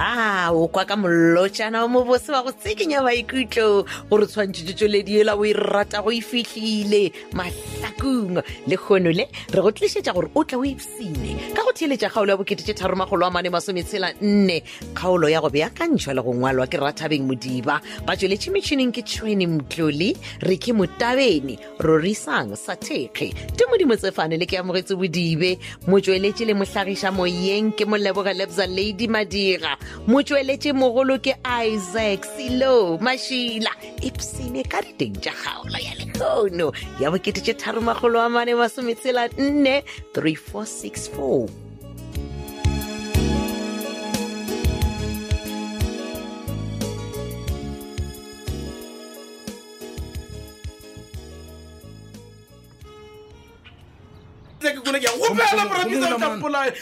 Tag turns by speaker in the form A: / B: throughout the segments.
A: Ah, kwa ka mollotšana o mobose wa go tsekinya maikutlo gore tshwantšhitše tsweledi ela o e rata go e fitlhile mahlakong le kgono le re go tlišetša gore o tle o epsene ka go theeletša kgaolo ya boketetše tharomagolo a mane masometshela nne kgaolo ya go beakantšhwa le go ngwalwa ke rathabeng modiba ba tsweletše metšhineng ke tšhweni mtlole re ke motabene rorisang sa thekge te modimo tsefane le ke amogetse bodibe motsweletše le mohlagiša moyeng ke moleboga lebza lady madira motsweletše mogolo ke isaac selo mašila epsene ka diteng tša kgaolo ya lekgono ya boketetše tharomagolo a mane masometshela nne 3464
B: tse ke kole ke ya gopela borapisa o tampolaya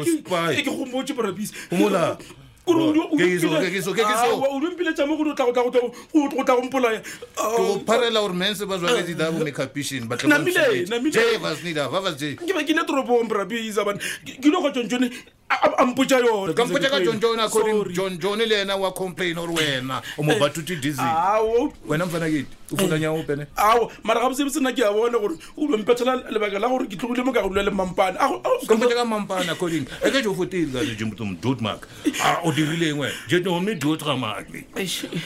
C: Mospai.
B: ke gomotse borapisa
C: Homola. Ke ke so- ke ke so- ke ke so.
B: o dumpiletša mo gore o tla- o tla- o tla- o tla- o tla gompolaya
C: ke
B: Oh,
C: go pharela gore mense ba
B: Eh,
C: jwale didabo mecapition
B: Namile, namile.
C: vasnida vavas je
B: ke be ke ne toropong borapisa bane ke ile go tsontsone a mpotsa yona
C: kampotsa ka john john according
B: Sorry. Eh.
C: john john le ena wa complain gore wena o mo batuti
B: Ah.
C: diesel
B: Ao,
C: wena mfanakete o
B: Eh.
C: fulanya opene
B: ao mara ga bosebe sena ke a bona gore o dompethela lebaka la gore ke tlogile mo ka go lwa le mampane Ao, ao,
C: kampotsa ka mampane according e ke jo fotile ka jemtom dotmark a o dirileng wena jetomme dotramakle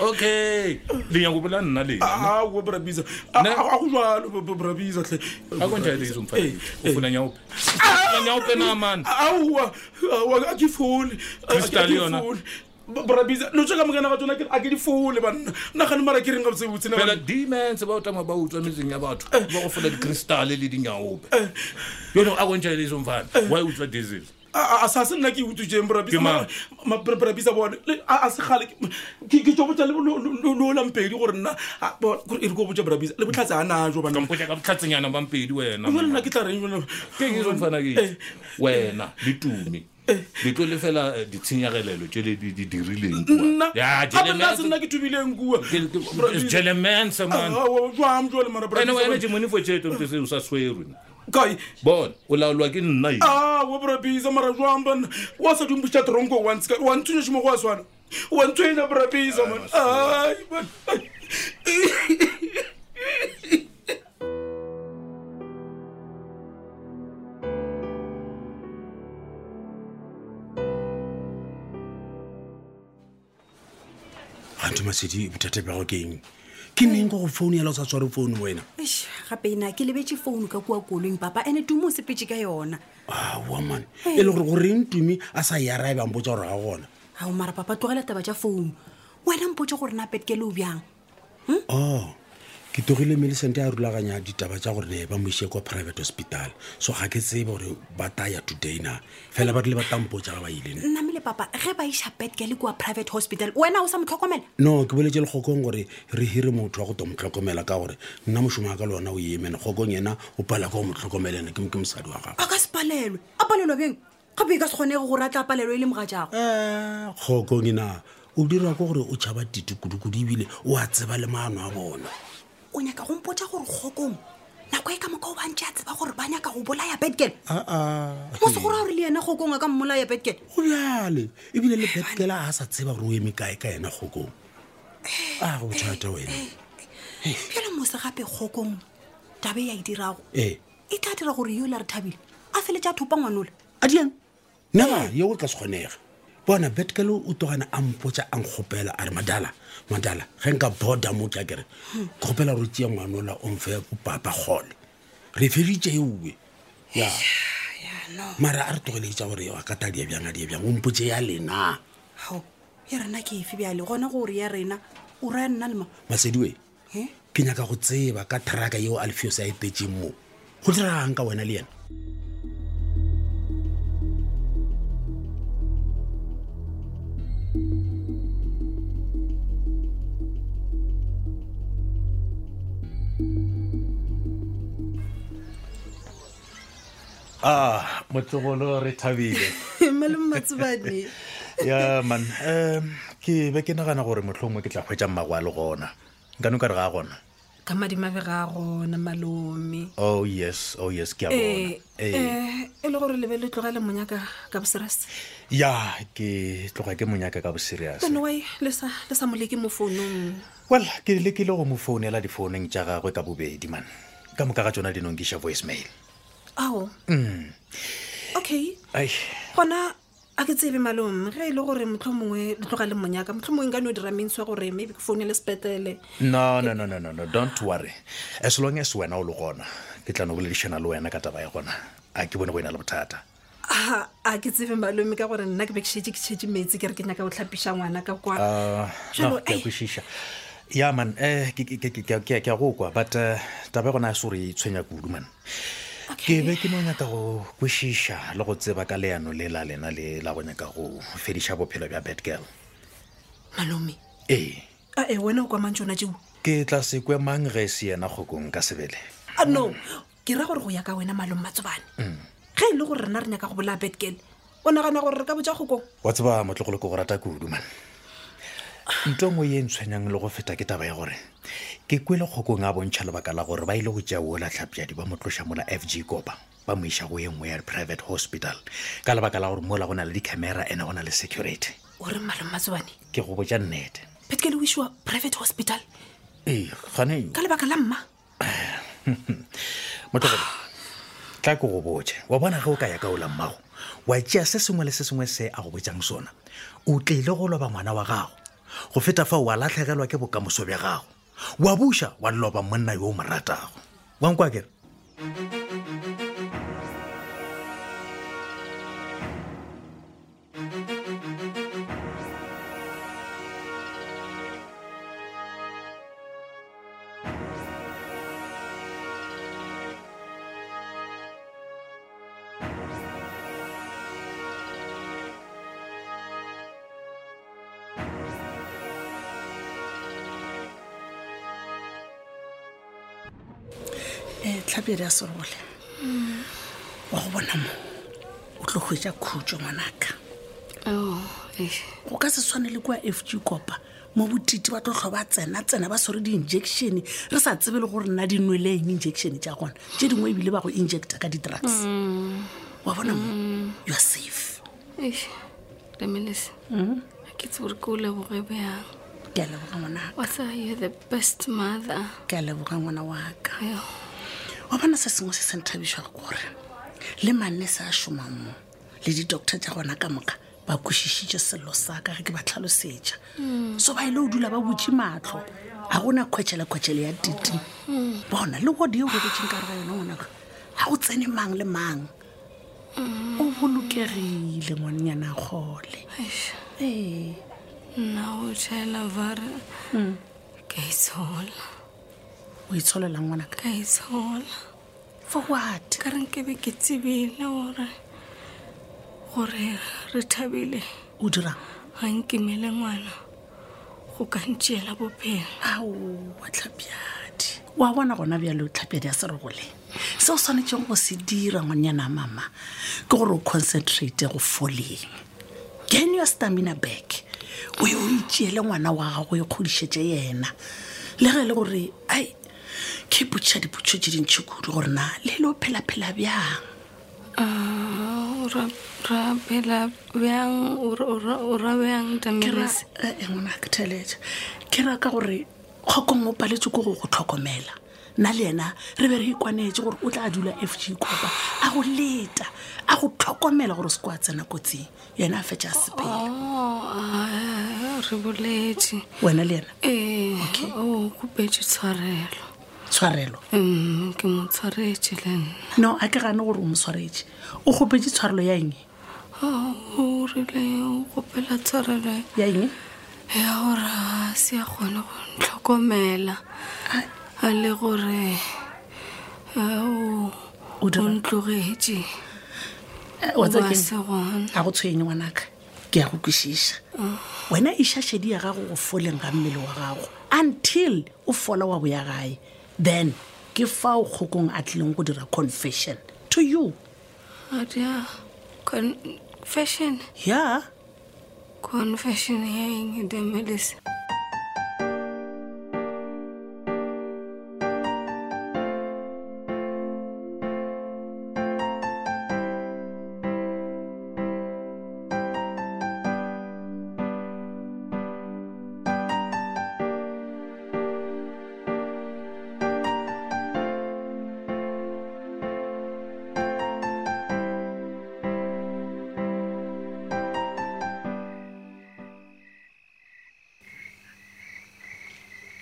C: okay lenyako bola nna lena
B: ao borapisa
C: Ne?
B: a go jalo borapisa tle
C: akonjaiso mfanakete
B: Eh, Ah.
C: o
B: eh.
C: fulanya ope fulanya ope na man
B: aowa aowa, a ke fole A- a- a
C: Crystal
B: ke
C: yona.
B: fole. Ba- borapisa lotso ka mokana ga tsona ke- a ke di fole banna nagane mara ke reng ga botsebotse
C: fela dimense ba o tama ba utswa metseng ya batho
B: Eh.
C: ba go fola dikristale le dinyaope yono a kontšhaeleso mfana wa e utswa diesel
B: a sa se nna ke ututseng
C: Ke mang?
B: borapisa bone Le- a a se gale ke- ke ke tso botsa le leolampedi gore nna a- bo- gore e re ko botsa borapisa le botlhatse a najo banna
C: kampoa ka botlhatsenyana bampedi wena
B: jale nna ke tla reng jona?
C: kengiso mfana
B: Eh,
C: ke wena le tumi le tlo le fela eh, ditshenyagelelo tse le di di dirileng
B: nna
C: Ya,
B: gape nna se
C: Jelemanse-
B: nna ke tubileng kua
C: Ke- ke- it's Jelemanse, man.
B: Ah, jam jale mara
C: ene wena
B: borapisa
C: jemonifo tšeetose o sa swerwe
B: kae
C: bona o laolwa ke nna e
B: awa borapisa Ah, mara jwang bana wa sa dumpiša tronko wa ntshwenye šomo go a swana wa ntshwenya borapisa man ai man
D: anto masedi bothata bjago ke eng ke neng go go founu yala o sa tshware founu wena
E: Eish, gape na ke lebetse founu ka kua kolong papa ande tumo o sepetse ka yona
D: awoman e le gore goreng tumi a sa yara e bampotsa gore ga gona
E: ao mara papa tlogela taba tja founu wena mpotse gore na pet ke le o bjang
D: o Oh, ke togile millicent a rulaganya ditaba tsa gore ne ba moise kwa private hospital so ga ke tsebe gore ba taya today na fela ba tlile ba tampotsa ga ba ileng
E: nnamele papa ge ba iša pet ke le kua private hospital wena o sa mo tlhokomela
D: no ke boletse legokong gore re hire motho wa go to motlhokomela ka gore nna mošomo wa ka le ona o emene gokong yena o pala ka go motlhokomelene ke mo- ke mosadi wa gago
E: a ka se palelwe a palelwa beng gape e ka se kgonege gore a tla palelwe e le moga jago
D: kgokong na o dirwa ko gore o tšhaba tite kudu-kudu ebile o a tseba le maano a bona
E: o nyaka go mpotsa gore kgokong nako e ka moka o bantse a tseba gore ba nyaka go bolaya betkel mo se gore a gore le ena kgokong a ka mmolaya betkel
D: go bjale ebile le betkela a sa tseba gore o eme kae ka yena kgokong a go bothata wena
E: fela mose gape kgokong tabe ya e dirago
D: ee
E: e tla dira gore yo la re thabile a feletša thopa ngwanola
D: a diang nna yo o tla se kgonega bona betkele o togana a mpotsa a nkgopela a re madala madala ge nka boda mo ka kere ke kgopela gore o tseya ngwanola o mfe bopapa kgole re feditse eue ya mara a re tlogeletsa gore a ka tadia bjang a dia bjang o mpotse ya lena
E: gao e rena ke efe bjale gona gore ya rena o raya nna lema
D: masediwe
E: e
D: ke nyaka go tseba ka tharaka yeo alfios a epetseng moo go diragang ka wena le yena
F: a motlogolo Ah, re thabile
E: malemo matsobane
F: ya man um ke be ke nagana gore motlho ngwe ke tla kgwetsa mmako a le gona nkane o ka re ga a gona
E: ka ka madimabe ga gona malome
F: oh yes oh yes ke a bona
E: ee
F: Eh,
E: eh, e le gore lebe le tlogele monyaka ka boserase
F: ya ke tloga ke monyaka ka boserias
E: tenoe le sa le sa moleke mo founung
F: well ke lekile go mo founela difouneng tša gagwe ka bobedi man ka moka ga tsona di nonkiša voicemail
E: ao okay
F: ai
E: gona a ke tsebe malome ge e le gore motlho mongwe le tloga le monyaka motlho mongwe nka no dira mentshiwa gore maybe ke founele sepetele
F: no no no no no no don't worry as long as wena o le gona ke tla no boledišana le wena ka taba ya gona a ke bone go e na le bothata
E: a a ke tsebe malome ka gore nna ke be ke shetse ke shetse metsi ke re ke nyaka go tlhapiša ngwana ka kwa
F: Ah,
E: Jalo,
F: no ke a
E: ai.
F: kwešiša ya man um ke a go kwa but eh, taba ya gona ya se gore e tshwenya kudu man ke be ke no nyaka go kwešiša le go tseba ka leano le la lena le la go nyaka go fediša bophelo bja bad girl
E: malome
F: ee
E: a e wena o kwa mang tsona jeo
F: ke tla se kwe mang ge e se yena kgokong ka sebele
E: a Ah, no ke ra gore go ya ka wena malome matsobane ge e le gore rena re nyaka go bolaya betgale o nagana gore re ka botja kgokong
F: wa tseba motlogolo ke go rata kudu man nto ngwe ye e ntshwenyang le go feta ke taba ya gore ke kwele kgokong a bontšha lebaka la gore ba ile go tšea ola tlhapjadi ba motloša mola f g kopa ba mo iša go ye nngwe ya private hospital ka lebaka la gore mola go na le di-camera and go na le security
E: o re malome matsobane
F: ke go botša nnete
E: betgale o isiwa private hospital
F: ee gane
E: ka lebaka la mma
F: motlogolo tla ke go botse wa bona ge o ka ya ka ola mmago wa tšea se sengwe le se sengwe se a go botjang sona o tlile go loba ngwana wa gago go feta fa wa latlhegelwa ke bokamoso bja gago wa buša wa loba monna yo o mo ratago wankwa kere
G: um tlhabedi a serole wa go bona mo o tlo hwetsa khutso ngwanaka
H: Oh,
G: go ka se tshwane le kwa f g kopa mo botiti ba tlo tlho ba tsena-tsena ba swere di-injection re sa tsebe le gore nna di nwele eng injection tja gona tse dingwe ebile ba go injecta ka di-drugs wa bona mo youare safe
H: lemelese ga ke tse gore ke o leboge bjang
G: ke a leboga ngwana
H: wa sa you're the best mother oh,
G: ke a leboga ngwana waka
H: Ayo,
G: wa bona se sengwe se se nthabišago kore le mannese a šomang mo le di-doctor tja gona ka moka ba kwešišitše sello sa ka ge ke ba tlhalosetša so ba ile go dula ba botse matlho ga gona kgwetšhelekgwetšhele ya titi bona le wode eo bobetseng ka re ga yona ngwanaka ga go tsene mang le mang o bolokegile ngwannyana a kgole
H: eish,
G: ee
H: nna o tšhaela vare ka itshola
G: o itsholela ngwanaka
H: ka itshola
G: for what
H: ka re nkebe ke tsebile gore gore re thabile
G: o dirang
H: ga nkemele ngwana go ka ntšeela bophelo
G: ao wa tlhapiadi wa bona gona bjale o tlhapiadi a se re goleng se o tshwanetseng go se dira ngwanyana mama ke gore o concentrate go foleng gain your stamina back o ye o itseele ngwana wa gago e kgodišetse yena le ge e le gore ai ke botša dipotso tse dintšhi kudu gore na le le o phela-phela bjang
H: Ah, o ra- ra phela bjang o ra- o ra- o ra bjang
G: ke ra
H: tamelese
G: eh, eh, ngwana ke theletša ke raka gore kgokong o paletse ko go go tlhokomela nna le ena re be re ikwanetse gore o tla dula f g kopa a go leta a go tlhokomela gore o se ko a tsena kotsing yena a fetša a sepela
H: Oh, re boletse
G: wena le ena
H: ee o kopetse tshwarelo
G: tshwarelo
H: Mm, ke mo tshwaretse le nna
G: no a ke gane gore o mo tshwaretse o kgopetse tshwarelo ya eng
H: Ah, o rile o kopela tshwarelo
G: ya eng
H: ya gore ga se a kgone go ntlhokomela a le gore ah, o
G: O
H: o
G: dira-
H: ntlogetse
G: Eh, wa
H: ba
G: tseba keng?
H: se gona
G: ga go tshwenye ngwanaka ke ya go kwešiša wena išašedi ya gago go foleng ga mmele wa gago until o fola wa boya gae then ke fao kgokong a tlileng go dira confession to you
H: adia confession
G: ya
H: confession ya eng demelese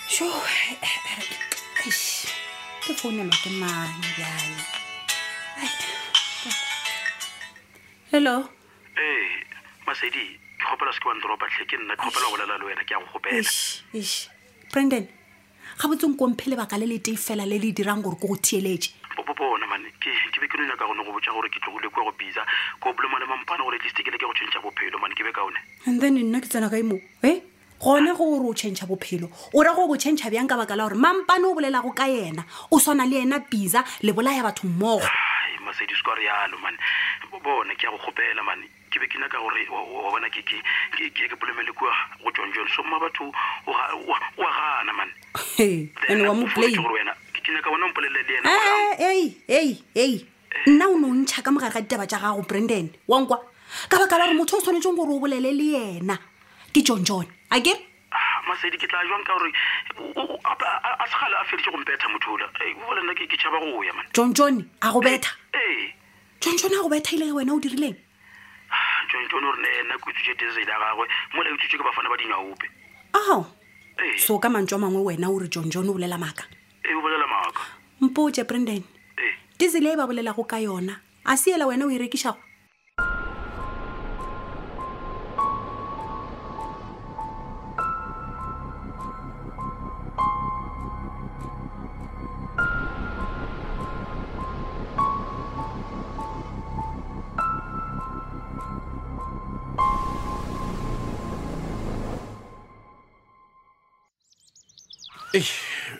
E: sho eh, eish, ke founelwa ke mane bjale hello
I: ee masedi ke kgopela se ke wandropatlhe ke nna ke kgopela go bolela le wena ke yang gopela
E: Eish, eish. brandon ga botseng komphe lebaka le letee fela le le dirang gore ko go thieletše
I: bobona mane ke ke be ke no nyaka gone go botsa gore ke tlogile kua go bisa ko bolomane mampane gore atlist ke le ke go tšhentšha bophelo mane ke be kaone
E: and then nna ke tsena kae moo e gona go gore o changea bophelo o ra go bo changea bjang ka baka la gore mampane o bolelago ka ena o swana le ena bisa le bolaya batho mmogo
I: ai masedi se ka re yalo mane bona ke ya go kgopela mane ke be ke nyaka gore wa- wa bona ke ke- ke ke- ke bolomele kua go john john somma batho o ga- o a o a gana mane
E: and wa mo play
I: gore wena ke ke nyaka bona mpolelele le ena gore
E: Eh, ei ei ei nna o ne o ntšha ka mogare ga ditaba tša gago brandon wankwa ka baka la gore motho o tshwanetseng gore o bolele le yena ke john john a kere
I: Ah, masedi ke tla jwang ka gore o- o- a- a a segale a feditse go mpetha mothola bola nna ke ke tšhaba go ya mane
E: john john a go betha
I: ee
E: john john a go betha ile ge wena o dirileng
I: john john o re ne ena ah, ke utswitse desele ya gagwe mola utswitse ke bafana ba dinyaope
E: ao
I: ee
E: Oh. so ka mantswe a mangwe wena o re john john o bolela maaka
I: ee o bolela maaka
E: mpotse brandon
I: ee
E: disele e ba bolelago ka yona a seela wena o e rekišago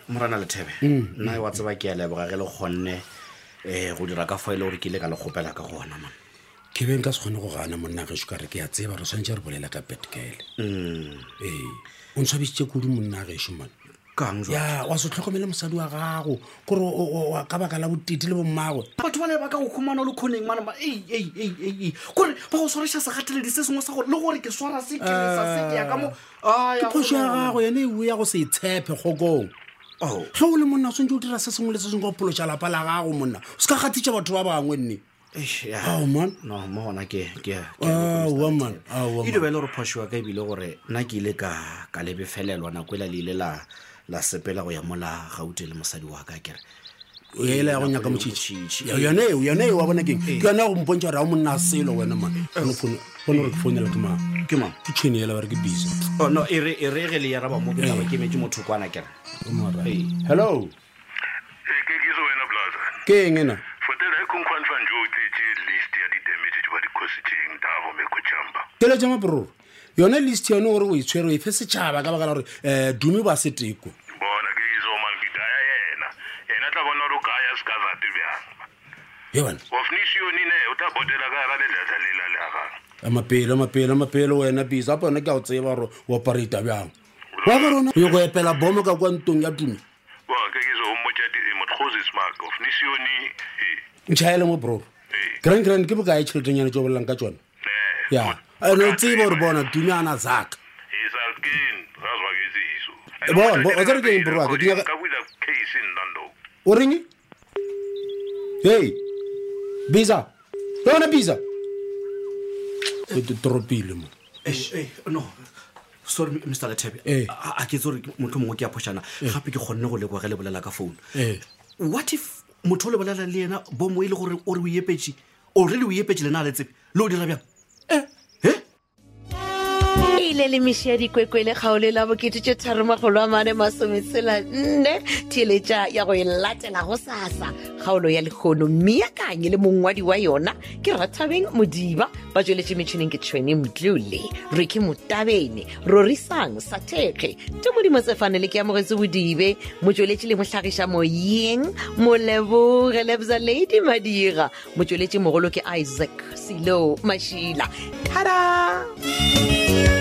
F: morana lethebe nna wa tseba ke a leboga ge le kgonne um go dira ka foile gore ke ile ka le kgopela ka gona man
D: ke beng ka se kgone go gana monna geso kare ke a tseba re tshwanetse re bolela ka betkele
F: Mm.
D: ee o ntshwabisitse kudu monna geso mone
F: kang jwa
D: ya wa se tlhokomele mosadi wa gago kore o- o- o- ka baka la botete le bommagwe
J: batho ba le ba ka go khumana o le kgoneng manama kore ba go swaresa segateledi se sengwe sa gore le gore ke swara se ke sa se ke ya ka mo Ah,
D: ke
J: ya
D: phoso ya
J: go-
D: gago yane eo ya go se itshepe kgokong
F: Oh.
D: ge o le monna o swantse o dira se sengwe le se sengwe ka pholo tša lapa la gago monna o se ka gatitša batho ba bangwe nne
F: Eish, ya.
D: ao man
F: no mo gona ke ke- ke-
D: aowa man aowa
F: e dobe e le gore phošiwa ka ebile gore nna ke ile ka ka lebefelelwa nako ela le ile la la sepela go ya mola gaute le mosadi wa ka kere
D: o ya ela ya go nyaka motšhitšhi yone eo yone eo wa bona keng ke yone ya go mpontšha gore a o monna a selo wena man Gone phone- gone gore ke founela ke mang
F: ke mang
D: ke tšhene ela bare ke busy
F: Oh, no e re e re ge le yaraba mo ke taba ke metse motho kwana kere
D: hello
I: ke kiso wena blasa
D: ke eng ena
I: fotela e kgonkgontshwa njo o tseetse list ya di-damage di ba di-cositeng tabo meko chamber
D: keletša mapororo yone list yone gore o e tshwere o efe setšhaba ka baka la gore um dume ba seteko
I: bona ke iso man ke daya yena yena tla bona gore o kaya se ka zate bjang
D: e bana
I: ofnisione ne o tla botela ka gara ledlatla lela le agang
D: amapelo amapelo amapelo wena bisa apo yona ke a o tseba gore o operata bjang wa korona o ye go epela bomo ka kwa ntong ya tume
I: wa ke kiso o mmotsa motgosi smark ofnisione
D: ntšhaele mo broro grand grand ke bokae tšheletenyana tse o bolelang ka tsone
I: ne,
D: ya ane o tseba gore bona tume ana zaka
I: esalken ra zwa ke tseso
D: Eh, bona, bo- o tsere ke eng, bro, wa ka? Di nyaka-
I: ka buila case nnando
D: o reng hei bisa yona bisa toropile mo
F: no sorry mr letebe
D: Eh.
F: a a ke tse gore motho mongwe ke a phošana gape ke kgonne go lekwa ge le bolela ka founu
D: Eh.
F: what if motho o le bolela le ena bomo e le gore o re o epetse already o epetse lena a le tsebe le o dira bjang
A: e ile le mešhi ya dikwekwele kgaolo la bokete tse tharomagolo a mane masometsela nne theletša ya go e latela go sasa kgaolo ya lekgono mmeakanye le mongwadi wa yona ke rathabeng modiba ba tsweletše metšhineng ke tšhwene mdlole reke motabene rorisang sathekge te modimo tsefane le ke amogetse bodibe motsweletše le mohlagiša moyeng moleboge lebza lady madira motsweletše mogolo ke isaac selo mašila thada